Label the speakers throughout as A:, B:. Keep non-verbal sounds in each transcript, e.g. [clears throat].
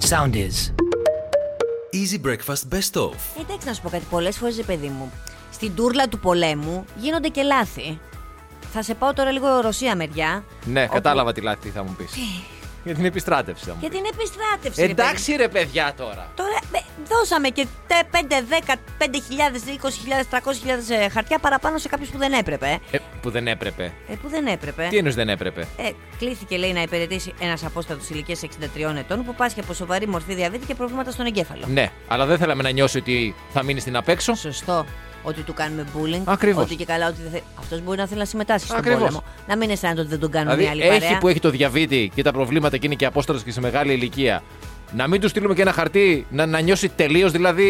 A: sound is.
B: Easy Breakfast Best Of.
C: Εντάξει, να σου πω κάτι. Πολλές φορές, παιδί μου, στην τούρλα του πολέμου γίνονται και λάθη. Θα σε πάω τώρα λίγο Ρωσία μεριά.
D: Ναι,
C: όπου- Ε.
D: κατάλαβα τι λάθη θα μου πεις. Για την επιστράτευση θα μου
C: Για
D: πεις.
C: την επιστράτευση. ρε
D: Εντάξει ρε παιδιά τώρα.
C: Τώρα ε, δώσαμε και τε- 5, 10, 5.000, 20.000, 300.000 ε, χαρτιά παραπάνω σε κάποιους που δεν έπρεπε.
D: Ε, που δεν έπρεπε.
C: Ε, που δεν έπρεπε.
D: Τι εννοείς δεν έπρεπε.
C: Ε, κλήθηκε λέει να υπηρετήσει ένας απόστατος ηλικίας 63 ετών που πάσχει από σοβαρή μορφή διαβήτη και προβλήματα στον εγκέφαλο.
D: Ναι, αλλά δεν θέλαμε να νιώσει ότι θα μείνει στην απ' έξω.
C: Σωστό. Ότι του κάνουμε bullying.
D: Ακριβώς.
C: Ότι και καλά ότι δεν θε... Αυτός μπορεί να θέλει να συμμετάσχει στον
D: Ακριβώς.
C: πόλεμο. Να μην αισθάνεται ότι δεν τον κάνουν μια
D: Δηλαδή,
C: άλλη
D: έχει
C: παρέα.
D: που έχει το διαβήτη και τα προβλήματα και είναι και απόστατο και σε μεγάλη ηλικία. Να μην του στείλουμε και ένα χαρτί να, να νιώσει τελείως δηλαδή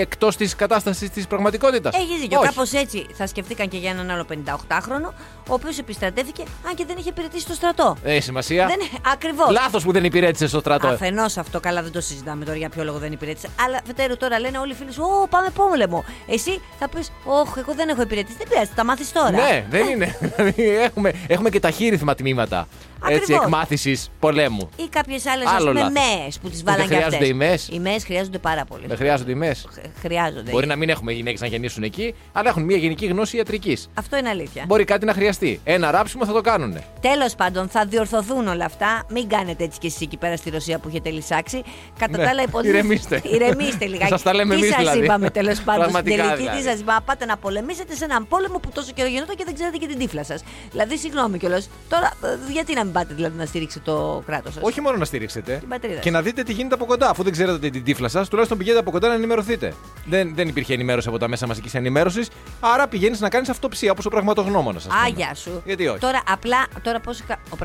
D: εκτός της κατάστασης της πραγματικότητας.
C: Έχει δίκιο. Κάπως έτσι θα σκεφτήκαν και για έναν άλλο 58χρονο, ο οποίος επιστρατεύθηκε, αν και δεν είχε υπηρετήσει το στρατό.
D: Έχει σημασία.
C: Δεν... Ακριβώς.
D: Λάθος που δεν υπηρέτησε στο στρατό.
C: Αφενός αυτό, καλά δεν το συζητάμε τώρα για ποιο λόγο δεν υπηρέτησε. Αλλά φετέρου τώρα λένε όλοι οι φίλοι σου: Ω, πάμε πόλεμο. Εσύ θα πεις: Όχι, εγώ δεν έχω υπηρετήσει. Δεν πειράζει, τα μάθεις τώρα.
D: Ναι, δεν
C: [laughs]
D: είναι. Δηλαδή, έχουμε, έχουμε και ταχύρυθμα τμήματα έτσι,
C: Ακριβώς.
D: εκμάθησης πολέμου.
C: Ή κάποιες άλλες, α
D: Άλλο
C: πούμε,
D: λάθος.
C: μέες που τις
D: Δεν
C: βάλαν και
D: χρειάζονται
C: αυτές.
D: οι μέες.
C: Οι μέες χρειάζονται πάρα πολύ.
D: Δεν χρειάζονται οι μέες.
C: Χ- Χρειάζονται.
D: Μπορεί να μην έχουμε γυναίκες να γεννήσουν εκεί, αλλά έχουν μια γενική γνώση ιατρικής.
C: Αυτό είναι αλήθεια.
D: Μπορεί κάτι να χρειαστεί. Ένα ράψιμο θα το κάνουν.
C: Τέλος πάντων, θα διορθωθούν όλα αυτά. Μην κάνετε έτσι κι εσείς εκεί πέρα στη Ρωσία που έχετε λυσάξει. Κατά
D: Ναι,
C: τα άλλα, υποθέσει.
D: ηρεμήστε.
C: [laughs] Ηρεμήστε λιγάκι.
D: Σας τα λέμε
C: τι
D: εμείς
C: σας
D: δηλαδή.
C: είπαμε τέλος
D: [laughs]
C: πάντων στην
D: Πραγματικά
C: τελική, τι
D: δηλαδή.
C: σας είπα. Πάτε να πολεμήσετε σε έναν πόλεμο που τόσο καιρό γινόταν και δεν ξέρετε και την τύφλα σας. Δηλαδή, συγγνώμη κιόλας. Τώρα, ε, γιατί να μην πάτε δηλαδή, να στηρίξετε το κράτος σας.
D: Όχι μόνο να στηρίξετε.
C: Την πατρίδα
D: Και
C: σας.
D: να δείτε τι γίνεται από κοντά. Αφού δεν ξέρετε την τύφλα σας, τουλάχιστον πηγαίνετε από κοντά να ενημερωθείτε. Δεν, δεν υπήρχε ενημέρωση από τα μέσα μαζικής ενημέρωσης. Άρα πηγαίνεις να κάνεις αυτοψία όπως ο πραγματογνώμονας.
C: Άγια σου.
D: Γιατί όχι.
C: Τώρα, απλά, τώρα πώς. Ο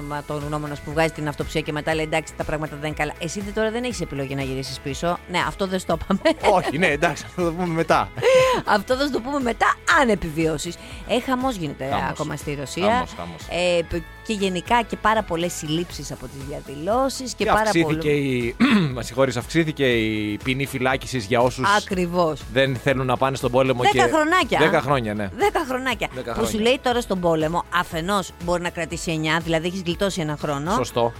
C: πραγματογνώμονα που βγάζει την αυτοψία και μετά λέει εντάξει, τα πράγματα δεν είναι καλά. Εσύ δε- τώρα δεν έχεις επιλογή να γυρίσεις πίσω. Ναι, αυτό δεν στο είπαμε.
D: όχι, ναι, εντάξει, θα το πούμε μετά.
C: [laughs] Αυτό θα σου το πούμε μετά, αν επιβιώσεις. Ε, χαμό γίνεται
D: Χαμός.
C: ακόμα στη Ρωσία.
D: Χαμός, χαμός.
C: Ε, π- και γενικά και πάρα πολλές συλλήψεις από τις διαδηλώσεις και,
D: και
C: πάρα
D: Ε, αυξήθηκε
C: πολλού.
D: η. [clears throat] Μα συγχωρείς, αυξήθηκε η ποινή φυλάκισης για όσους
C: Ακριβώς.
D: δεν θέλουν να πάνε στον πόλεμο.
C: Δέκα
D: και...
C: χρονάκια.
D: Δέκα χρόνια, ναι.
C: Δέκα χρονάκια.
D: Δέκα
C: Που σου
D: χρόνια.
C: λέει τώρα στον πόλεμο, αφενός μπορεί να κρατήσει 9, δηλαδή έχεις γλιτώσει ένα χρόνο.
D: Σωστό.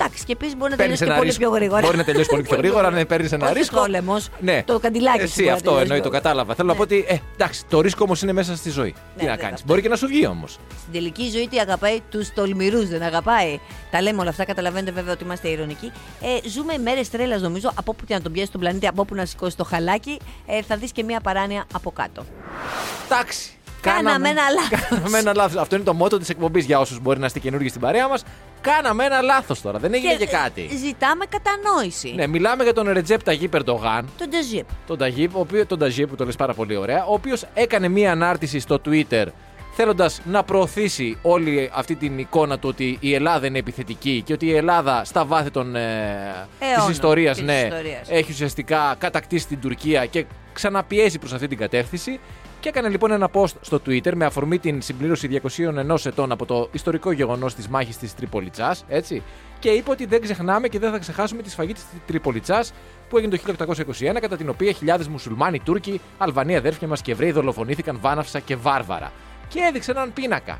C: Εντάξει, και επίσης μπορεί να
D: Παίρνεις
C: τελειώσει και
D: ένα
C: πολύ
D: ρίσκο.
C: πιο γρήγορα.
D: Μπορεί να τελειώσει πολύ
C: [laughs]
D: πιο γρήγορα, ναι, παίρνεις ένα
C: Όχι
D: ρίσκο.
C: πόλεμος,
D: Ναι.
C: το καντιλάκι σου μπορεί
D: Εσύ
C: να
D: αυτό
C: τελειώσει
D: εννοεί, το
C: πρώτα.
D: κατάλαβα. Θέλω να
C: Ναι.
D: πω ότι. Ε, εντάξει, το ρίσκο όμως είναι μέσα στη ζωή. Τι
C: Ναι,
D: να
C: δεν
D: κάνει.
C: τα-
D: Μπορεί και να σου βγει όμως.
C: Στην τελική ζωή τι αγαπάει, τους τολμηρούς δεν αγαπάει. Τα λέμε όλα αυτά, καταλαβαίνετε βέβαια ότι είμαστε ηρωνικοί. Ε, ζούμε μέρες τρέλας νομίζω, από όπου και να τον πιέσεις τον πλανήτη, από όπου να σηκώσει το χαλάκι, ε, θα δεις και μία παράνοια από κάτω.
D: Εντάξει.
C: Κάναμε ένα λάθος.
D: [laughs] Κάναμε ένα λάθος. Αυτό είναι το μότο της εκπομπής για όσους μπορεί να είστε καινούργιοι στην παρέα μας. Κάναμε ένα λάθος τώρα. Δεν έγινε και, κάτι.
C: ε, Ζητάμε κατανόηση.
D: Ναι, μιλάμε για τον Ρετζέπ Ταγί Περντογάν.
C: Το Ντεζίπ.
D: τον Ταγίπ, ο οποίος, τον Ταγίπ που το λες πάρα πολύ ωραία, ο οποίος έκανε μία ανάρτηση στο Twitter θέλοντας να προωθήσει όλη αυτή την εικόνα του ότι η Ελλάδα είναι επιθετική και ότι η Ελλάδα στα βάθη των, ε,
C: Αιώνα
D: της ιστορίας,
C: και
D: ναι,
C: της ιστορίας.
D: έχει ουσιαστικά κατακτήσει την Τουρκία και ξαναπιέζει προς αυτή την κατεύθυνση. Και έκανε λοιπόν ένα post στο Twitter με αφορμή την συμπλήρωση 201 ετών από το ιστορικό γεγονός της μάχης της Τριπολιτσάς, έτσι. Και είπε ότι δεν ξεχνάμε και δεν θα ξεχάσουμε τη σφαγή της Τριπολιτσάς που έγινε το 1821, κατά την οποία χιλιάδες μουσουλμάνοι, Τούρκοι, Αλβανοί αδέρφια μας και Εβραίοι δολοφονήθηκαν βάναυσα και βάρβαρα. Και έδειξε έναν πίνακα.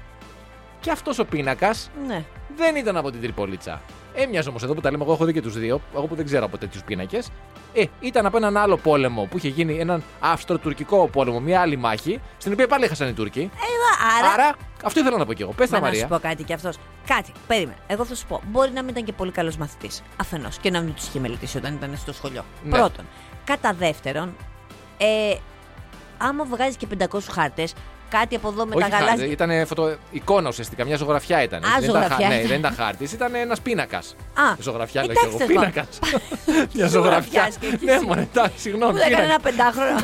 D: Και αυτός ο πίνακας
C: Ναι.
D: δεν ήταν από την Τριπολίτσα. Έμοιαζε όμως εδώ που τα λέμε, εγώ έχω δει και τους δύο, εγώ που δεν ξέρω από τέτοιους πίνακες. Ε, ήταν από έναν άλλο πόλεμο που είχε γίνει, έναν αυστροτουρκικό πόλεμο, μια άλλη μάχη, στην οποία πάλι έχασαν οι Τούρκοι.
C: Άρα,
D: αυτό ήθελα να πω κι εγώ. Πες
C: Μα
D: τα
C: να
D: Ε, Μαρία.
C: σου πω κάτι κι αυτός. Κάτι, περίμενε. Εγώ θα σου πω. Μπορεί να μην ήταν και πολύ καλός μαθητής. Αφενός. Και να μην τους είχε μελετήσει όταν ήταν στο σχολείο.
D: Ναι.
C: Πρώτον. Κατά δεύτερον, ε, άμα βγάζεις και 500 χάρτες, κάτι από εδώ με τα
D: Όχι,
C: γαλάζια.
D: ήταν φωτο... εικόνα ουσιαστικά, μια ζωγραφιά ήταν.
C: Α,
D: δεν
C: ζωγραφιά.
D: Ήταν, χα- ναι, δεν ήταν χάρτης, ήταν ένας πίνακας.
C: Α,
D: ζωγραφιά, λέω
C: εντάξει,
D: κι εγώ.
C: τέλος πάντων. [laughs]
D: Πίνακα. μια ζωγραφιά.
C: Ζωγραφιάς και εκεί
D: ναι,
C: σίγουρα.
D: μωρέ, εντάξει, συγγνώμη.
C: Που έκανε
D: πίνακα.
C: ένα πεντάχρονο.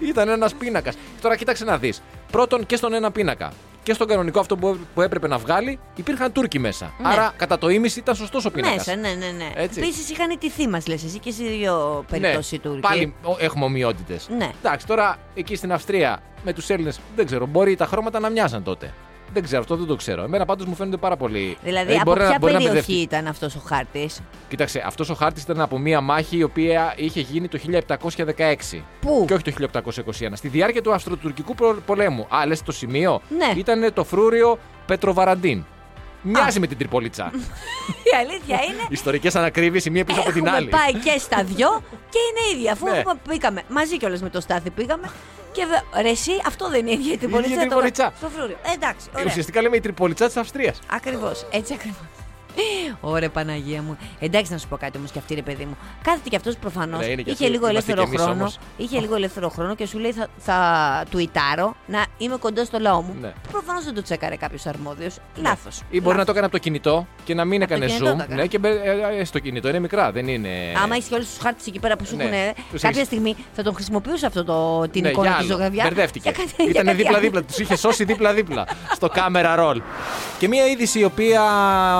D: ήταν ένας πίνακας. Τώρα κοίταξε να δεις. Πρώτον και στον ένα πίνακα. Και στον κανονικό αυτό που που έπρεπε να βγάλει, υπήρχαν Τούρκοι μέσα.
C: Ναι.
D: Άρα κατά το ίμιση ήταν σωστός ο πίνακας.
C: Μέσα, ναι, ναι, ναι.
D: Έτσι. Ναι,
C: Επίσης είχαν τη θύμα, λες εσύ και σε δύο περιπτώσεις Τούρκοι.
D: Πάλι ο, έχουμε ομοιότητες.
C: Ναι.
D: Εντάξει, τώρα εκεί στην Αυστρία με τους Έλληνες δεν ξέρω, μπορεί τα χρώματα να μοιάζαν τότε. Δεν ξέρω, αυτό δεν το ξέρω. Εμένα πάντως μου φαίνονται πάρα πολύ.
C: Δηλαδή,
D: Ε,
C: από
D: μπορεί να-
C: ποια
D: μπορεί να
C: περιοχή
D: μπερδευτεί.
C: ήταν αυτός ο χάρτης.
D: Κοίταξε, αυτός ο χάρτης ήταν από μία μάχη η οποία είχε γίνει το 1716.
C: Πού?
D: Και όχι το 1821. Στη διάρκεια του Αυστροτουρκικού προ- πολέμου. Α, λες το σημείο.
C: Ναι.
D: Ήταν το φρούριο Πετροβαραντίν. Μοιάζει με
C: [laughs]
D: την Τριπολίτσα.
C: Η αλήθεια είναι.
D: Ιστορικές ανακρίβειε η μία πίσω από την
C: έχουμε
D: άλλη.
C: πάει και στα δυο και είναι ίδια. Αφού
D: Ναι.
C: έχουμε- πήγαμε μαζί κιόλας με το Στάθη πήγαμε. Και βε- ρε εσύ, αυτό δεν είναι ίδια η τριπολίτσα.
D: ίδια η
C: το-
D: Τριπολίτσα.
C: Στο φρούριο. Εντάξει, ωραία.
D: Ουσιαστικά λέμε η Τριπολίτσα της Αυστρίας.
C: Ακριβώς. Έτσι ακριβώς. Ωραία, Παναγία μου. Εντάξει, να σου πω κάτι όμως και αυτή, ρε παιδί μου. Κάθεται κι αυτός προφανώς.
D: Ναι, είναι κι
C: Είχε
D: αυτή.
C: λίγο
D: Είμαστε
C: ελεύθερο
D: κι εμείς
C: χρόνο.
D: όμως.
C: Είχε λίγο ελεύθερο χρόνο και σου λέει θα, θα τουιτάρω να είμαι κοντά στο λαό μου.
D: Ναι.
C: Προφανώς δεν το τσέκαρε κάποιος αρμόδιος. Λάθος.
D: Ή μπορεί να το έκανε από το κινητό και να μην
C: Από το
D: έκανε
C: κινητό το
D: zoom.
C: έκανε.
D: Ναι, και μπε- ε, ε, στο κινητό είναι μικρά, δεν είναι.
C: Άμα έχεις και όλους τους χάρτες εκεί πέρα που σου
D: Ε, Ναι.
C: έχουν.
D: Τους
C: Κάποια
D: έχεις-
C: στιγμή θα τον χρησιμοποιούσες αυτό το, την
D: Ναι, για
C: εικόνα της
D: άλλο.
C: ζωγραφιάς.
D: Μπερδεύτηκε.
C: Για κάτι- για
D: Ήταν
C: κάτι
D: δίπλα-δίπλα. Τους είχε σώσει δίπλα-δίπλα στο κάμερα ρολ. Και μία είδηση η οποία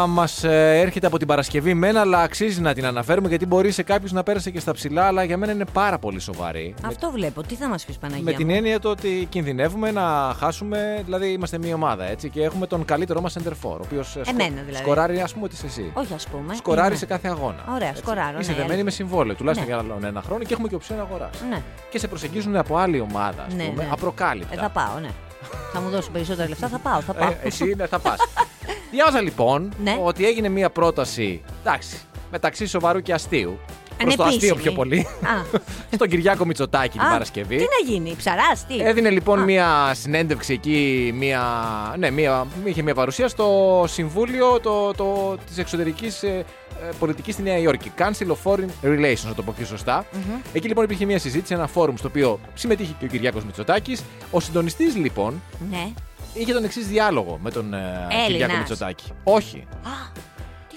D: μα έρχεται από την Παρασκευή μένα, αλλά αξίζει να την αναφέρουμε γιατί μπορεί σε κάποιους να πέρασε και στα ψηλά, αλλά για μένα είναι πάρα πολύ σοβαρή.
C: άλλο. Αυτό βλέπω. Τι θα μας πεις Παναγία.
D: Με την
C: μου?
D: έννοια το ότι κινδυνεύουμε να χάσουμε, δηλαδή είμαστε μία ομάδα έτσι και έχουμε τον καλύτερό μας center for, ο οποίος
C: Εμένα, δηλαδή.
D: σκοράρει, ας πούμε, ότι είσαι εσύ.
C: Όχι, ας πούμε.
D: Σκοράρει
C: Ναι.
D: σε κάθε αγώνα.
C: Ωραία, σκοράρω,
D: Είσαι
C: ναι,
D: δεμένη
C: αλήθεια.
D: με συμβόλαιο, τουλάχιστον
C: Ναι.
D: για άλλον ένα χρόνο και έχουμε και οψιόν αγορά.
C: Ναι.
D: Και σε προσεγγίζουν από άλλη ομάδα, ας
C: Ναι,
D: πούμε,
C: ναι.
D: απροκάλυπτα.
C: Ε, θα πάω, ναι. θα μου δώσουν περισσότερα λεφτά, θα πάω. Θα πάω.
D: Ε, εσύ ναι, θα πας.
C: [laughs]
D: Διάβαζα λοιπόν
C: Ναι.
D: ότι έγινε μία πρόταση εντάξει, μεταξύ σοβαρού και αστείου. Προς το
C: Ανεπίσημη.
D: αστείο πιο πολύ.
C: [laughs] Α,
D: Στον Κυριάκο Μητσοτάκη [laughs] την
C: α,
D: Παρασκευή.
C: Τι να γίνει, ψαρά, τι.
D: Έδινε λοιπόν
C: Ε, Α.
D: μία συνέντευξη εκεί, μία, ναι, μία, είχε μία παρουσία στο Συμβούλιο το, το, της Εξωτερικής ε, ε, Πολιτικής στη Νέα Υόρκη. Council of Foreign Relations, να το πω πιο σωστα Εκεί λοιπόν υπήρχε μία συζήτηση, ένα φόρουμ στο οποίο συμμετείχε και ο Κυριάκος Μητσοτάκης. Ο συντονιστής λοιπόν
C: Ναι.
D: είχε τον εξής διάλογο με τον ε,
C: Έλληνας.
D: Κυριάκο Μητσοτάκη. Όχι.
C: Α,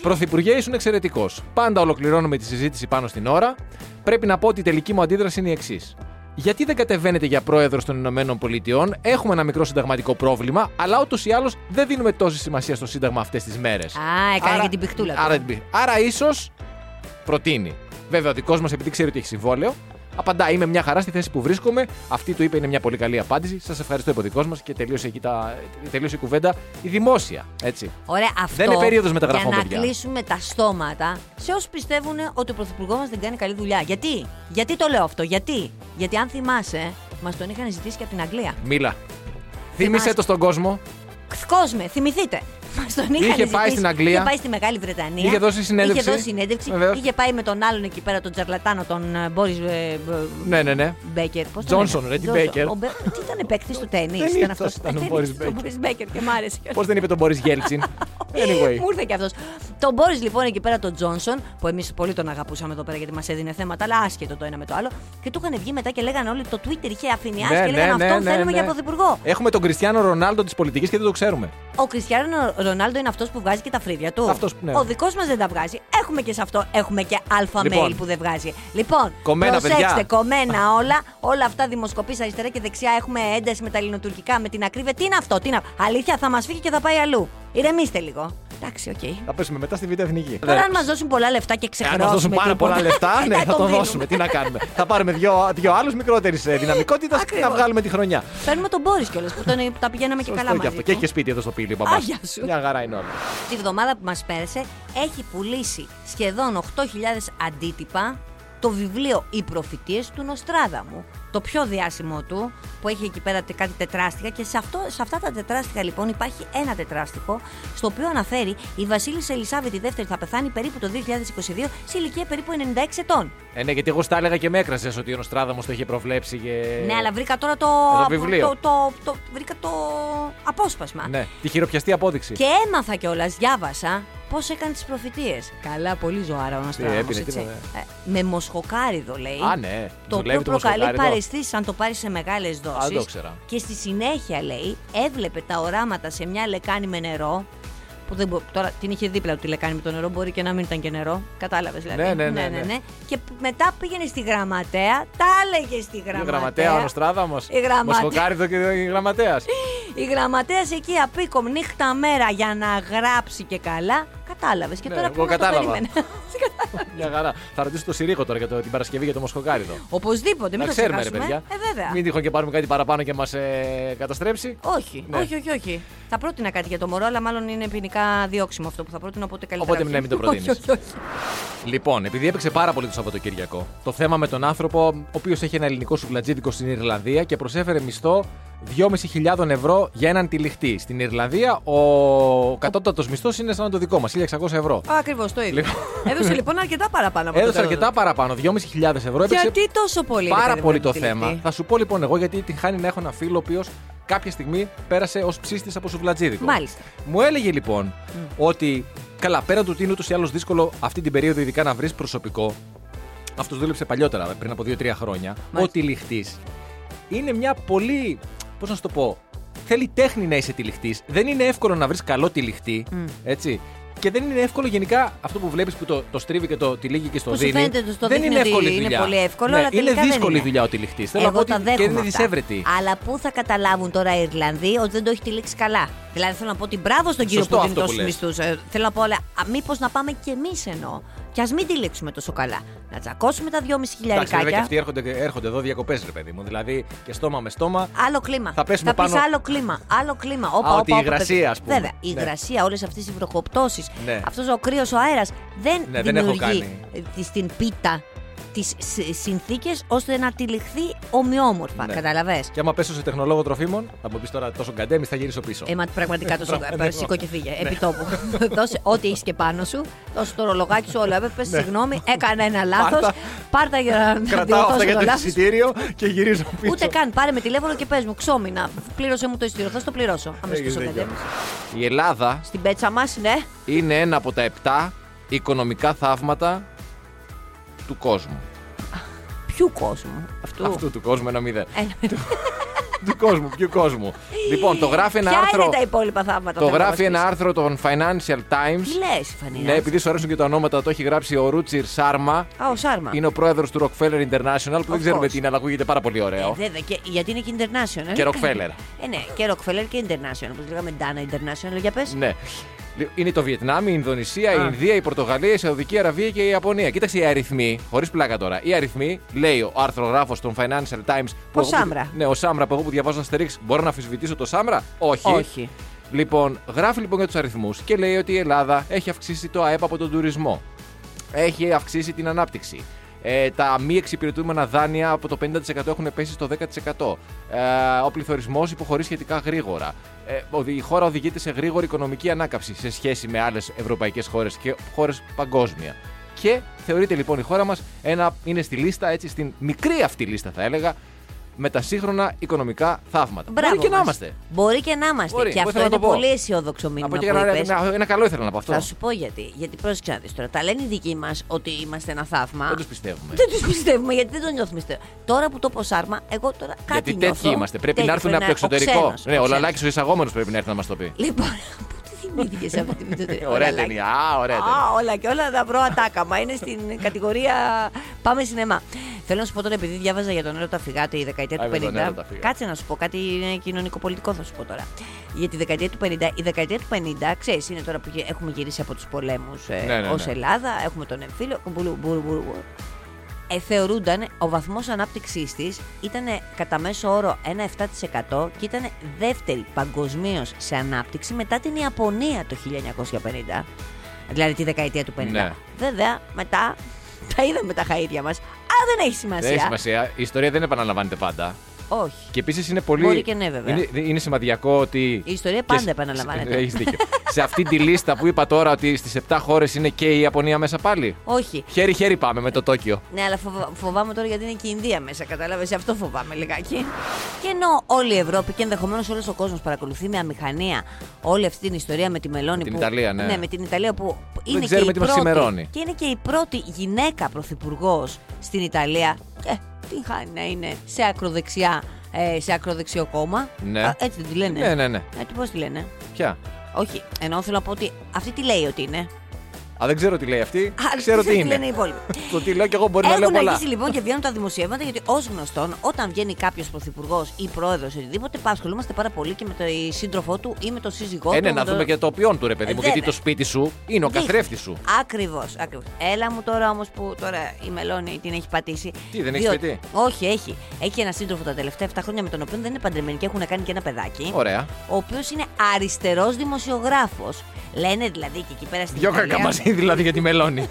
D: Πρωθυπουργέ, ήσουν εξαιρετικός. Πάντα ολοκληρώνουμε τη συζήτηση πάνω στην ώρα. Πρέπει να πω ότι η τελική μου αντίδραση είναι η εξής. Γιατί δεν κατεβαίνετε για πρόεδρος των Ηνωμένων Πολιτειών, έχουμε ένα μικρό συνταγματικό πρόβλημα, αλλά ούτως ή άλλως δεν δίνουμε τόση σημασία στο Σύνταγμα αυτές τις μέρες.
C: Α, έκανε και την πιχτούλα του.
D: Άρα, την πι- άρα ίσως προτείνει. Βέβαια, ο δικός μας, επειδή ξέρει ότι έχει συμβόλαιο, απαντά: Είμαι μια χαρά στη θέση που βρίσκομαι. Αυτή του είπε: Είναι μια πολύ καλή απάντηση. Σας ευχαριστώ, είπε ο δικός μας και τελείωσε, εκεί τα... τελείωσε η κουβέντα. Η δημόσια, έτσι.
C: Ωραία, αυτό.
D: Δεν είναι περίοδος μεταγραφών,
C: Για να
D: παιδιά.
C: κλείσουμε τα στόματα σε όσους πιστεύουν ότι ο Πρωθυπουργός μας δεν κάνει καλή δουλειά. Γιατί, γιατί το λέω αυτό, γιατί. Γιατί αν θυμάσαι, μας τον είχαν ζητήσει και από την Αγγλία.
D: Μίλα. Θύμισε το στον κόσμο.
C: Κόσμε, θυμηθείτε. Μας τον είχαν
D: Είχε πάει
C: ζητήσει.
D: στην Αγγλία.
C: Είχε πάει στη Μεγάλη Βρετανία.
D: Είχε δώσει συνέντευξη.
C: Είχε δώσει συνέντευξη.
D: Βεβαίως.
C: Είχε πάει με τον άλλον εκεί πέρα, τον Τζαρλατάνο, τον ε, Μπόρις
D: Ναι, ναι, ναι.
C: Μπέκερ. Πώς
D: Johnson, ρε, τι Baker.
C: Τι ήταν παίκτης του τέννη,
D: Δεν
C: ήταν
D: ήταν,
C: αυτός. [laughs]
D: ήταν ο Boris Baker.
C: Μπόρις Μπέκερ και μ' άρεσε.
D: Πώς δεν είπε τον Μπόρις
C: [laughs]
D: Γέλτσιν. Anyway.
C: Μου ήρθε και αυτός. Τον Μπόρι λοιπόν εκεί πέρα τον Τζόνσον, που εμείς πολύ τον αγαπούσαμε εδώ πέρα γιατί μας έδινε θέματα, αλλά άσχετο το ένα με το άλλο. Και του είχαν βγει μετά και λέγανε όλοι το Twitter είχε
D: Ναι,
C: αφηνιάσει και λέγανε αυτόν θέλουμε για πρωθυπουργό.
D: Έχουμε τον Κριστιανό Ρονάλντο της πολιτικής και δεν το ξέρουμε.
C: Ο Κριστιανό Ρονάλντο είναι αυτός που βγάζει και τα φρύδια του.
D: Αυτός που- ναι.
C: Ο δικός μας δεν τα βγάζει. Έχουμε και σε αυτό. Έχουμε και αλφα
D: Λοιπόν.
C: mail που δεν βγάζει. Λοιπόν,
D: Κομμένα,
C: προσέξτε,
D: παιδιά.
C: κομμένα όλα. Όλα αυτά δημοσκοπήσει αριστερά και δεξιά. Έχουμε ένταση με τα ελληνοτουρκικά, με την ακρίβεια. Τι είναι αυτό, τι είναι... Αλήθεια, θα μας φύγει και θα πάει αλλού. Ηρεμήστε λίγο. Εντάξει, οκ.
D: Θα πέσουμε μετά στη Β' Εθνική. Ε,
C: Τώρα, αν μας δώσουν πολλά λεφτά και
D: Αν
C: ξεχρώσουμε. λοιπόν,
D: μας δώσουν πάρα
C: τίποτα,
D: πολλά
C: [laughs]
D: λεφτά, ναι, θα το
C: δίνουμε.
D: δώσουμε. Τι να κάνουμε. Θα πάρουμε δύο, δύο άλλους μικρότερης δυναμικότητα ε, και θα
C: Ακριβώς.
D: βγάλουμε τη χρονιά.
C: Παίρνουμε τον Μπόρις κιόλας που τον- ε, τα πηγαίναμε και
D: Σωστό
C: καλά
D: και
C: μαζί.
D: αυτό. Και
C: του.
D: έχει και σπίτι εδώ στο πύλι, μπαμπά.
C: Α, γεια σου.
D: Μια χαρά είναι όλα.
C: Τη βδομάδα που μας πέρασε έχει πουλήσει σχεδόν 8.000 αντίτυπα το βιβλίο «Οι προφητείες του Νοστράδαμου». Το πιο διάσημο του που έχει εκεί πέρα τε- κάτι τετράστιχα και σε, αυτό, σε αυτά τα τετράστιχα λοιπόν υπάρχει ένα τετράστιχο στο οποίο αναφέρει η βασίλισσα Ελισάβετη δεύτερη θα πεθάνει περίπου το 2022 σε ηλικία περίπου 96 ετών.
D: Ε, ναι, γιατί εγώ στα έλεγα και με έκρασε ότι ο Νοστράδαμος το είχε προβλέψει. Και...
C: ναι, αλλά βρήκα τώρα το,
D: το
C: απο-
D: Ε, βιβλίο.
C: το, το, το- βρήκα το απόσπασμα.
D: Ναι, τη χειροπιαστή απόδειξη.
C: Και έμαθα κιόλας, διάβασα πώς έκανε τις προφητείες. Καλά, πολύ ζωάρα ο Νοστράδαμος,
D: έπινε,
C: έτσι.
D: τίποτα,
C: Ε, με μοσχοκάριδο λέει.
D: Α, ναι.
C: Το οποίο
D: Δουλεύει το
C: προκαλεί
D: μοσχοκάριδο.
C: παρεστήσεις αν το πάρεις σε μεγάλες
D: Α, δεν το
C: δόσεις.
D: ξέρα.
C: Και στη συνέχεια λέει, έβλεπε τα οράματα σε μια λεκάνη με νερό. Που δεν μπο- Τώρα την είχε δίπλα του τη λεκάνη με το νερό, μπορεί και να μην ήταν και νερό. Κατάλαβες δηλαδή.
D: Ναι, ναι, ναι, ναι.
C: Και π- μετά πήγαινε στη γραμματέα, τα έλεγε στη
D: Η
C: γραμματέα.
D: γραμματέα, ο Νοστράδαμο.
C: Η γραμματέα.
D: Μοσχοκάριδο και η γραμματέας.
C: Η γραμματέας εκεί απίκομ νύχτα μέρα για να γράψει και καλά. Κατάλαβες. Και
D: Ναι,
C: τώρα
D: εγώ
C: πού να το
D: κατάλαβα. [laughs]
C: περίμενες. Σε κατάλαβα.
D: Μια χαρά. Θα ρωτήσω το Συρίκο τώρα για το, την Παρασκευή για το Μοσχογάριδο.
C: Οπωσδήποτε, μην
D: Να
C: το
D: ξέρουμε, ρε
C: ξεχάσουμε.
D: παιδιά.
C: Ε, βέβαια.
D: Μην τυχόν και πάρουμε κάτι παραπάνω και μας ε, καταστρέψει.
C: Όχι,
D: Ναι.
C: όχι, όχι, όχι. Θα πρότεινα κάτι για το μωρό, αλλά μάλλον είναι ποινικά διώξιμο αυτό που θα πρότεινα, οπότε καλύτερα.
D: Οπότε ναι, μην το προτείνεις.
C: Όχι, [laughs] όχι, όχι.
D: Λοιπόν, επειδή έπαιξε πάρα πολύ το Σαββατοκύριακο, το θέμα με τον άνθρωπο, ο οποίος έχει ένα ελληνικό σουβλατζίδικο στην Ιρλανδία και προσέφερε μισθό 2.500 ευρώ για έναν τυλιχτή. Στην Ιρλανδία ο κατώτατος μισθός είναι σαν το δικό μας, 1.600 ευρώ.
C: Ακριβώς το ίδιο.
D: Λοιπόν.
C: Έδωσε λοιπόν αρκετά παραπάνω από
D: Έδωσε
C: το τέλος.
D: αρκετά παραπάνω, 2.500 ευρώ. Έπαιξε
C: Γιατί τόσο πολύ. ρε
D: πάρα
C: παιδί μου,
D: πολύ
C: να
D: το
C: τυλιχτεί.
D: θέμα. Θα σου πω λοιπόν εγώ γιατί την χάνει να έχω ένα φίλο ο οποίος κάποια στιγμή πέρασε ως ψήστη από σουβλατζίδικο.
C: Μάλιστα.
D: Μου έλεγε λοιπόν ότι καλά, πέραν του ότι είναι ούτως ή άλλως δύσκολο αυτή την περίοδο, ειδικά να βρεις προσωπικό. Αυτός δούλεψε παλιότερα, πριν από 2-3 χρόνια.
C: Μάλιστα.
D: Ο τυλιχτής είναι μια πολύ. Πώς να σου το πω. Θέλει τέχνη να είσαι τυλιχτής. Δεν είναι εύκολο να βρεις καλό τυλιχτή.
C: Μμ.
D: Έτσι. Και δεν είναι εύκολο γενικά αυτό που βλέπεις που το, το στρίβει και το τυλίγει και στο
C: Που σου
D: δίνει.
C: φαίνεται ότι στο
D: δεν
C: δείχνει
D: είναι
C: ότι
D: εύκολη
C: είναι
D: δουλειά.
C: πολύ εύκολο,
D: Ναι,
C: αλλά
D: είναι
C: τελικά δεν
D: δύσκολη
C: είναι.
D: δουλειά ο τυλιχτής. Θέλω να πω
C: Εγώ
D: ότι
C: τα
D: και
C: δέχομαι.
D: είναι
C: αυτά.
D: δυσέβρετη.
C: Αλλά πού θα καταλάβουν τώρα οι Ιρλανδοί ότι δεν το έχει τυλίξει καλά. Δηλαδή θέλω να πω ότι μπράβο στον κύριο
D: Σωστό
C: που δίνει
D: αυτό που
C: τόσου
D: λες.
C: μισθούς. θέλω να πω, αλλά μήπως να πάμε κι εμείς ενώ. Και ας μην τυλίξουμε τόσο καλά. Να τσακώσουμε τα 2,5
D: Εντάξει, βέβαια και
C: χιλιαρικάκια.
D: αυτοί έρχονται, έρχονται εδώ διακοπές, ρε παιδί μου. Δηλαδή και στόμα με στόμα.
C: Άλλο κλίμα.
D: Θα πέσουμε
C: πεις
D: πάνω-
C: άλλο κλίμα. Άλλο κλίμα. Όπα,
D: ότι
C: όπα,
D: η
C: όπα,
D: υγρασία,
C: παιδιά.
D: ας πούμε.
C: Βέβαια, η
D: Ναι.
C: υγρασία, όλες αυτές οι βροχοπτώσεις,
D: Ναι.
C: αυτός αυτό ο κρύος ο αέρας δεν
D: Ναι, δεν έχω
C: δημιουργεί
D: κάνει.
C: τη- στην πίτα τις συνθήκες ώστε να τυλιχθεί ομοιόμορφα.
D: Ναι.
C: Καταλαβες.
D: Και άμα πέσω σε τεχνολόγο τροφίμων, θα μου πεις τώρα τόσο καντέμι, θα γυρίσω πίσω.
C: Ε, μα πραγματικά το σηκώ- σηκώ και
D: Ναι.
C: φύγε. Επί τόπου. [laughs] Δώσε ό,τι έχεις και πάνω σου. Δώσε το ρολογάκι σου όλο. Έπρεπε, συγγνώμη, έκανα ένα λάθος.
D: Ναι. Πάρτα.
C: Πάρτα για να
D: Κρατάω αυτά
C: διορθώσω
D: για
C: το
D: το
C: λάθος.
D: εισιτήριο και γυρίζω πίσω.
C: Ούτε καν. Πάρε με τηλέφωνο και πες μου, ξόμινα. Πλήρωσε μου το εισιτήριο. Θα στο πληρώσω. Άμα σου
D: Έχεις
C: το
D: δίκιο.
C: παιδί.
D: Η Ελλάδα
C: Στην πέτσα μας, ναι.
D: είναι ένα από τα 7 οικονομικά θαύματα του κόσμου.
C: Ποιου κόσμου αυτού. Ε,
D: Αυτού του κόσμου, ένα μηδέν.
C: Ένα.
D: του κόσμου, ποιου κόσμου. λοιπόν, το γράφει ένα
C: [laughs] Ποια
D: άρθρο.
C: είναι τα υπόλοιπα θαύματα.
D: Το
C: θέλω να
D: γράφει
C: μας
D: ένα
C: πεις.
D: άρθρο των Financial
C: Τι
D: Times.
C: λες, Φανή. ε?
D: Ναι, επειδή σου αρέσουν και τα ονόματα, το έχει γράψει ο Ρούτσιρ Σάρμα.
C: Α, ο Σάρμα.
D: Είναι ο πρόεδρος του Rockefeller International,
C: Of
D: που δεν ξέρουμε
C: course.
D: τι είναι, αλλά ακούγεται πάρα πολύ
C: Ε,
D: ωραίο.
C: βέβαια, και, γιατί είναι και international.
D: Και Rockefeller.
C: Ε, ναι, και Rockefeller και international. Όπως λέγαμε Dana international. Για πες.
D: Ναι. Είναι το Βιετνάμ, η Ινδονησία, η
C: Α.
D: Ινδία, η Πορτογαλία, η Σαουδική Αραβία και η Ιαπωνία. Κοίταξε οι αριθμοί, χωρίς πλάκα τώρα. Οι αριθμοί, λέει ο αρθρογράφο των Financial Times. που εγώ που-
C: Σάμρα.
D: Ναι, ο Σάμρα που εγώ που διαβάζω να στερίξει. Μπορώ να αμφισβητήσω το Σάμρα, Όχι.
C: Όχι.
D: Λοιπόν, γράφει λοιπόν για τους αριθμούς και λέει ότι η Ελλάδα έχει αυξήσει το ΑΕΠ από τον τουρισμό. Έχει αυξήσει την ανάπτυξη. Ε, τα μη εξυπηρετούμενα δάνεια από το 50% έχουν πέσει στο 10%. Ε, ο πληθωρισμός υποχωρεί σχετικά γρήγορα. Ε, οδη- η χώρα οδηγείται σε γρήγορη οικονομική ανάκαμψη σε σχέση με άλλες ευρωπαϊκές χώρες και χώρες παγκόσμια. Και θεωρείται λοιπόν η χώρα μας είναι στη λίστα, έτσι, στην μικρή αυτή λίστα θα έλεγα, με τα σύγχρονα οικονομικά θαύματα.
C: Μπράβο
D: Μπορεί και να
C: μας.
D: είμαστε.
C: Μπορεί και να είμαστε.
D: Μπορεί.
C: Και
D: Εγώ
C: αυτό
D: θέλω να
C: είναι
D: το πω.
C: πολύ αισιόδοξο μήνυμα
D: Από
C: που
D: εκεί και ένα,
C: είπες.
D: ένα- ένα καλό ήθελα να πω αυτό.
C: Θα σου πω γιατί. Γιατί πρόσεξε να δεις τώρα. Τα λένε οι δικοί μας ότι είμαστε ένα θαύμα.
D: Δεν τους πιστεύουμε.
C: Δεν τους πιστεύουμε γιατί δεν το νιώθουμε. στέρεο. Τώρα που το πω σάρμα, εγώ τώρα κάτι
D: Γιατί
C: νιώθω.
D: τέτοιοι είμαστε. Πρέπει
C: Τέτοιοι
D: να έρθουν από το
C: πρέπει να-
D: εξωτερικό.
C: ξένος,
D: ναι, ο
C: ξένος.
D: Λαλάκης ο εισαγόμενος πρέπει να έρθει να μας το πει.
C: Λοιπόν, [laughs] πού τη θυμήθηκες αυτή την
D: [laughs]
C: πιτωτή.
D: Ωραία ταινία. Α, ωραία ταινία.
C: Α, όλα και όλα τα βρω ατάκαμα. Είναι στην κατηγορία Πάμε σινεμά. Θέλω να σου πω τώρα, επειδή διάβαζα για τον έρωτα φυγάτη η δεκαετία
D: Α,
C: του
D: για τον
C: 50.
D: έρωτα φυγάτη.
C: Κάτσε να σου πω κάτι είναι κοινωνικοπολιτικό, θα σου πω τώρα. Για τη δεκαετία του 50, η δεκαετία του 50, ξέρεις, είναι τώρα που γε- έχουμε γυρίσει από τους πολέμους ε,
D: Ναι, ναι,
C: ως
D: ναι.
C: Ελλάδα, έχουμε τον εμφύλιο. μπουλου, μπουλου, μπουλου, μπουλου. Ε, θεωρούνταν ο βαθμός ανάπτυξής της ήταν ε, κατά μέσο όρο 1,7% και ήταν δεύτερη παγκοσμίως σε ανάπτυξη μετά την Ιαπωνία το 1950. Δηλαδή τη δεκαετία του 50.
D: Ναι.
C: Βέβαια, μετά τα είδαμε τα χαΐδια μας. Α, δεν έχει σημασία.
D: Δεν έχει σημασία. Η ιστορία δεν επαναλαμβάνεται πάντα.
C: Όχι.
D: Και επίσης είναι πολύ.
C: Μπορεί και ναι, βέβαια.
D: Είναι, είναι σημαδιακό ότι.
C: Η ιστορία πάντα
D: και σ-
C: επαναλαμβάνεται.
D: σ- [laughs] έχεις δίκιο. σε αυτή τη λίστα που είπα τώρα ότι στις 7 χώρες είναι και η Ιαπωνία μέσα πάλι.
C: Όχι.
D: Χέρι-χέρι πάμε με το Τόκιο.
C: Ναι, αλλά φοβα- φοβάμαι τώρα γιατί είναι και η Ινδία μέσα, κατάλαβες. Αυτό φοβάμαι λιγάκι. Και ενώ όλη η Ευρώπη και ενδεχομένως όλος ο κόσμος παρακολουθεί με αμηχανία όλη αυτή την ιστορία με τη Μελώνη.
D: Με την
C: που,
D: Ιταλία, ναι.
C: με την Ιταλία που είναι
D: ξέρουμε
C: και
D: τι
C: η
D: μας
C: πρώτη,
D: ξημερώνει.
C: Και είναι και η πρώτη γυναίκα πρωθυπουργός στην Ιταλία. Και την χάνει να είναι σε ακροδεξιά, ε, σε ακροδεξιό κόμμα.
D: Ναι.
C: Α, έτσι δεν τη λένε.
D: Ναι, ναι, ναι.
C: Ε, τι- πώς τη λένε.
D: Ποια.
C: Όχι, ενώ θέλω να πω ότι αυτή τι λέει ότι είναι.
D: Α, δεν ξέρω τι λέει αυτή.
C: Α,
D: ξέρω
C: ξέρεις
D: τι
C: τι
D: είναι.
C: λένε οι υπόλοιποι.
D: Το τι λέω και εγώ μπορεί να λέω
C: Έχουν
D: πολλά.
C: αρχίσει λοιπόν και βγαίνουν τα δημοσιεύματα γιατί ως γνωστόν, όταν βγαίνει κάποιος πρωθυπουργός ή πρόεδρος οτιδήποτε, πα- ασχολούμαστε πάρα πολύ και με τον σύντροφό του ή με τον σύζυγό
D: Ε,
C: του.
D: ναι,
C: με
D: να
C: τον-
D: δούμε και το ποιόν του ρε παιδί
C: Ε,
D: μου.
C: βέβαια.
D: Γιατί το σπίτι σου είναι ο καθρέφτης σου.
C: Ακριβώς, ακριβώς. Έλα μου τώρα όμως που τώρα η Μελώνη την έχει πατήσει.
D: Τι, δεν έχεις παιδί?
C: Όχι, έχει. Έχει ένα σύντροφο τα τελευταία 7 χρόνια με τον οποίο δεν είναι παντρεμένη και έχουν κάνει και ένα παιδάκι.
D: Ωραία.
C: Ο οποίος είναι αριστερός δημοσιογράφος. Λένε δηλαδή και εκεί πέρα στην
D: Δυο
C: Ιταλία-
D: κακαμασί δηλαδή για τη μελώνη.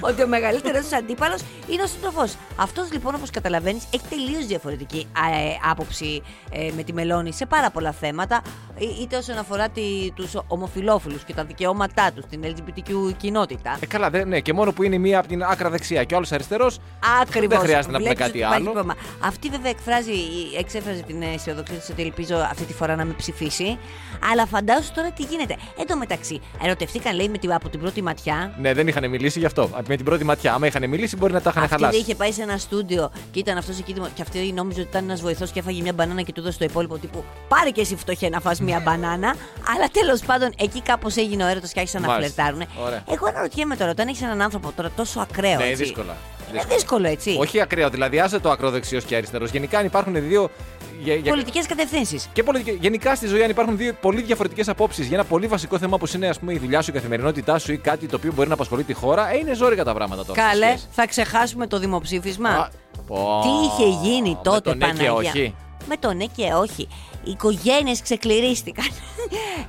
C: ότι ο μεγαλύτερος του αντίπαλος είναι ο σύντροφο. Αυτός λοιπόν, όπως καταλαβαίνεις, έχει τελείως διαφορετική α, ε, άποψη ε, με τη Μελώνη σε πάρα πολλά θέματα, ε, είτε όσον αφορά του ομοφυλόφιλου και τα δικαιώματά τους, την LGBTQ κοινότητα.
D: Ε, καλά, δεν- ναι, και μόνο που είναι η μία από την άκρα δεξιά και ο άλλος αριστερός.
C: Ακριβώ.
D: Ε, Δεν χρειάζεται να πούμε κάτι άλλο.
C: Αυτή βέβαια εκφράζει, ή εξέφραζε την αισιοδοξία της ότι ελπίζω αυτή τη φορά να με ψηφίσει. Αλλά φαντάσου τώρα τι γίνεται. Εν τω μεταξύ, ερωτευτήκαν λέει με την, από την πρώτη ματιά
D: Ναι, δεν είχαν μιλήσει γι' αυτό. Με την πρώτη ματιά. Άμα είχαν μιλήσει, μπορεί να τα είχαν
C: Αυτή δεν
D: χαλάσει.
C: είχε πάει σε ένα στούντιο και ήταν αυτός εκεί. Και αυτή νόμιζε ότι ήταν ένας βοηθός και έφαγε μια μπανάνα και του έδωσε το υπόλοιπο τύπου. Πάρε και εσύ φτωχέ να φας μια μπανάνα. Αλλά τέλος πάντων εκεί κάπως έγινε ο έρωτας και άρχισαν να
D: Μάλιστα.
C: φλερτάρουν.
D: Ωραία.
C: Εγώ αναρωτιέμαι τώρα, όταν έχεις έναν άνθρωπο τώρα τόσο ακραίο.
D: Ναι,
C: έτσι,
D: δύσκολα.
C: Είναι δύσκολο, έτσι.
D: Όχι ακραίο, δηλαδή άσε το ακροδεξιός και αριστερός. Γενικά αν υπάρχουν δύο. Για, για-
C: Πολιτικές κατευθύνσεις.
D: Και πολιτικ- γενικά στη ζωή, αν υπάρχουν δύο πολύ διαφορετικές απόψεις για ένα πολύ βασικό θέμα όπως είναι ας πούμε, η δουλειά σου, η καθημερινότητά σου ή κάτι το οποίο μπορεί να απασχολεί τη χώρα, ε, είναι ζόρικα τα πράγματα τώρα. στις
C: Καλέ,
D: σχέσεις.
C: θα ξεχάσουμε το δημοψήφισμα.
D: Α, πω,
C: Τι είχε γίνει
D: με
C: τότε,
D: το ναι και
C: Παναγία.
D: όχι.
C: Με το ναι και όχι. Οι οικογένειες ξεκληρίστηκαν.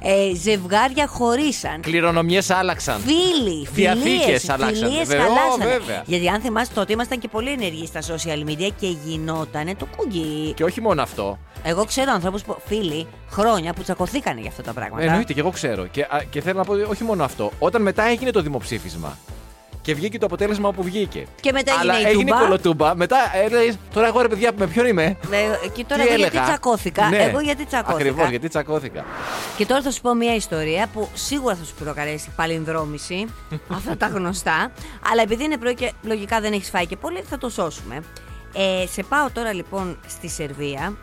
C: Ε, ζευγάρια χωρίσαν.
D: Κληρονομιές άλλαξαν.
C: Φίλοι,
D: Διαθήκες
C: φιλίες,
D: αλλάξανε,
C: φιλίες
D: βέβαια. Ω,
C: αλλάξανε.
D: βέβαια.
C: Γιατί αν θυμάστε τότε ήμασταν και πολύ ενεργοί στα social media και γινότανε το κούγκι.
D: Και όχι μόνο αυτό.
C: Εγώ ξέρω ανθρώπους που φίλοι χρόνια που τσακωθήκανε για αυτά τα πράγματα.
D: Εννοείται και εγώ ξέρω. Και, α, και θέλω να πω ότι όχι μόνο αυτό. Όταν μετά έγινε το δημοψήφισμα και βγήκε το αποτέλεσμα που βγήκε.
C: Και μετά έγινε
D: Αλλά
C: η
D: έγινε
C: τούμπα.
D: κολοτούμπα. Μετά έλεγε τώρα εγώ ρε παιδιά με ποιον είμαι.
C: Ε, και τώρα
D: Τι
C: εγώ γιατί
D: έλεγα?
C: τσακώθηκα.
D: Ναι.
C: Εγώ γιατί τσακώθηκα.
D: Ακριβώς, γιατί τσακώθηκα.
C: Και τώρα θα σου πω μια ιστορία που σίγουρα θα σου προκαλέσει παλινδρόμηση.
D: [laughs]
C: αυτά τα γνωστά. Αλλά επειδή είναι πρωί και λογικά δεν έχεις φάει και πολύ, θα το σώσουμε. Ε, σε πάω τώρα λοιπόν στη Σερβία.